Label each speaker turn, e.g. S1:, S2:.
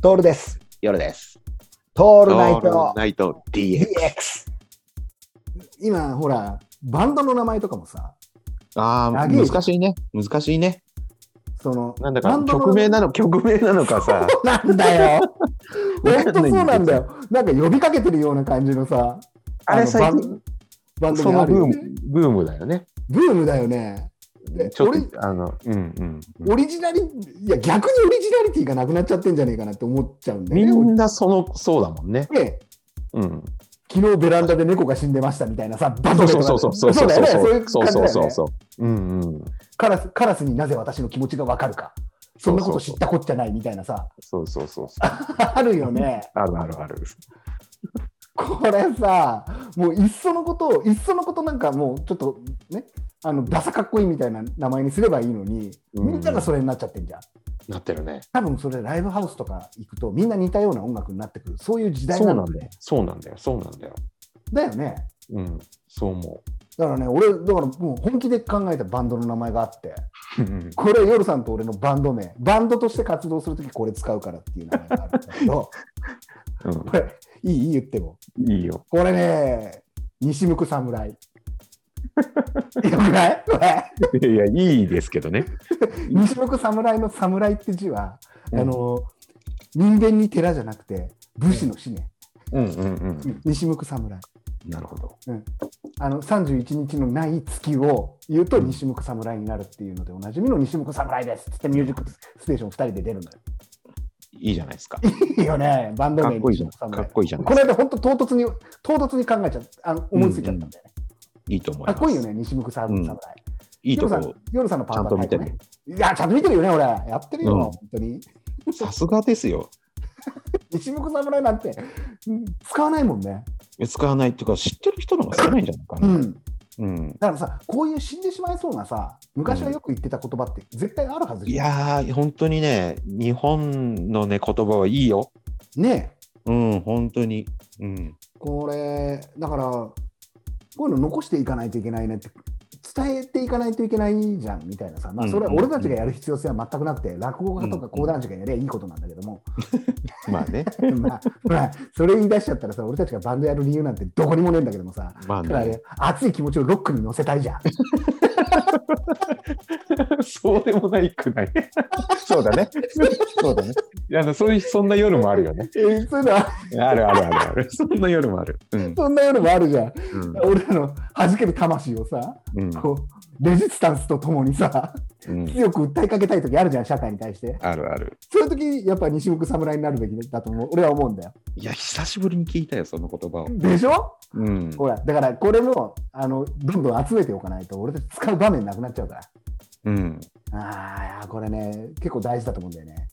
S1: トールです。
S2: 夜です。
S1: ト
S2: オ
S1: ールナイト
S2: ナイト DX。
S1: DX。今、ほら、バンドの名前とかもさ、
S2: ああ、
S1: 長い
S2: 難しいね。難しいね。
S1: その、
S2: なんだ
S1: バ
S2: か
S1: ンドの
S2: 曲名なの、曲名なのかさ。
S1: なんだよ。
S2: わ
S1: 本
S2: か
S1: 当
S2: んな
S1: そ
S2: いうだ
S1: な
S2: けど
S1: んだよ。なんか呼びかけてるような感じのさ、
S2: あれ
S1: の
S2: 最
S1: バン
S2: 近、
S1: バンド
S2: そ
S1: にあ
S2: の
S1: る
S2: ブー
S1: よ
S2: ム
S1: ね、
S2: ブームだよね。
S1: ブームだよね。で
S2: ちょ
S1: 俺
S2: っと、あの、うんう
S1: オ
S2: ん。
S1: リジナリ、いや、逆にオリジナリティがなくなっちゃってんじゃねえかなって思っちゃうんだ
S2: み
S1: よね
S2: んなその、そうだもんね。
S1: 俺。ね
S2: うん。
S1: 昨日ベランダで猫が死んでましたみたいなさ、バン
S2: そ
S1: ド
S2: う
S1: 名
S2: そ
S1: と
S2: う
S1: か
S2: そうそうそう
S1: そうだよね。そういう
S2: そ
S1: 感
S2: う
S1: じだ
S2: そう
S1: よ
S2: そう
S1: ね。
S2: そう。うんうん。
S1: カラスカラスになぜ私の気持ちがわかるか。そんなこと知ったこっちゃないみたいなさ、
S2: そうそうそうそう。
S1: あるよね。
S2: あるあるある。
S1: これさ、もういっそのことを、いっそのことなんかもうちょっとね、あのダサかっこいいみたいな名前にすればいいのに、
S2: うん
S1: みんながそれになっちゃってんじゃん。
S2: なってるね。
S1: 多分それライブハウスとか行くとみんな似たような音楽になってくる。そういう時代
S2: そう
S1: な
S2: なん
S1: の
S2: だよ。そうなんだよ。そうなんだよ。
S1: だよね。
S2: うん。そう思
S1: だからね、俺、だからもう本気で考えたバンドの名前があって、
S2: う。うん
S1: これ、夜さんと俺のバンド名、バンドとして活動するときこれ使うからっていう名前があるんだけ ど、これ、い いいい言っても。
S2: うん。いいよ。
S1: これね、西向く侍。よくないこれ。
S2: いや、いいですけどね。
S1: 西向く侍の侍って字は、あの、人間に寺じゃなくて、武士の死ね。
S2: うんうんうん。
S1: 西向く侍。
S2: なるほど。
S1: あの、31日のない月を言うと
S2: うん
S1: 西向く侍になるっていうので、おなじみの西向く侍ですっつってミュージックステーション2人で出るのよ。
S2: いいじゃないですか。
S1: いいよね、バンド
S2: か
S1: 名
S2: っこいい
S1: 西
S2: じゃん。
S1: 向く
S2: か
S1: 侍
S2: っ。こいいじゃな
S1: こ
S2: いで
S1: の
S2: すか。
S1: 間、本当唐突に、唐突に考えちゃった、あの思いついちゃったんだよね。
S2: いいと思い
S1: か
S2: ま
S1: っ
S2: す。
S1: こいいよね、西向く侍。
S2: うんいいと
S1: 夜さ
S2: こ
S1: ん、夜さんのパーカータイプ
S2: ちゃんと
S1: ね。いや、ちゃんと見てるよね、俺。やってるよ、
S2: うん
S1: 本当に。
S2: さすがですよ。
S1: 西向侍なんてうん使わないもんね。
S2: 使わないっていうか、知ってる人の方が少ないんじゃないか
S1: う
S2: な。
S1: ん。
S2: うん。
S1: だからさ、こういう死んでしまいそうなさ、昔はよく言ってた言葉って絶対あるはず
S2: い
S1: じゃん
S2: やー、本当にね、日本のね、言葉はいいよ。
S1: ねえ
S2: うん、本当に。うん。
S1: これ、だから、こういうの残していかないといけないねって。伝えていかないといけないじゃんみたいなさ、まあ、それは俺たちがやる必要性は全くなくて、落語家とか講談師がやりゃいいことなんだけども、
S2: まあ ね。
S1: まあ、まあ、それ言い出しちゃったらさ、俺たちがバンドやる理由なんてどこにもねえんだけどもさ、
S2: まあ
S1: ただ
S2: ね。
S1: ね、熱い気持ちをロックに乗せたいじゃん。
S2: そうでもないくない。そうだね。そうだね。いや、あのそういう、そんな夜もあるよね。
S1: えーそういうのは、
S2: あるあるあるある。そんな夜もある。うん。
S1: そんなのもあるじゃん。
S2: うん
S1: 俺らの弾ける魂をさ、
S2: うん
S1: こう、レジスタンスとともにさ、
S2: うん。
S1: 強く訴えかけたい時あるじゃん、社会に対して。
S2: あるある。
S1: そういう時やっぱ西向く侍になるべきだと思う、俺は思うんだよ。
S2: いや、久しぶりに聞いたよ、その言葉を。
S1: でしょ
S2: うん。
S1: ほら、だからこれも、あの、どんどん集めておかないと、俺たち使う場面なくなっちゃうから。
S2: うん。
S1: ああ、これね、結構大事だと思うんだよね。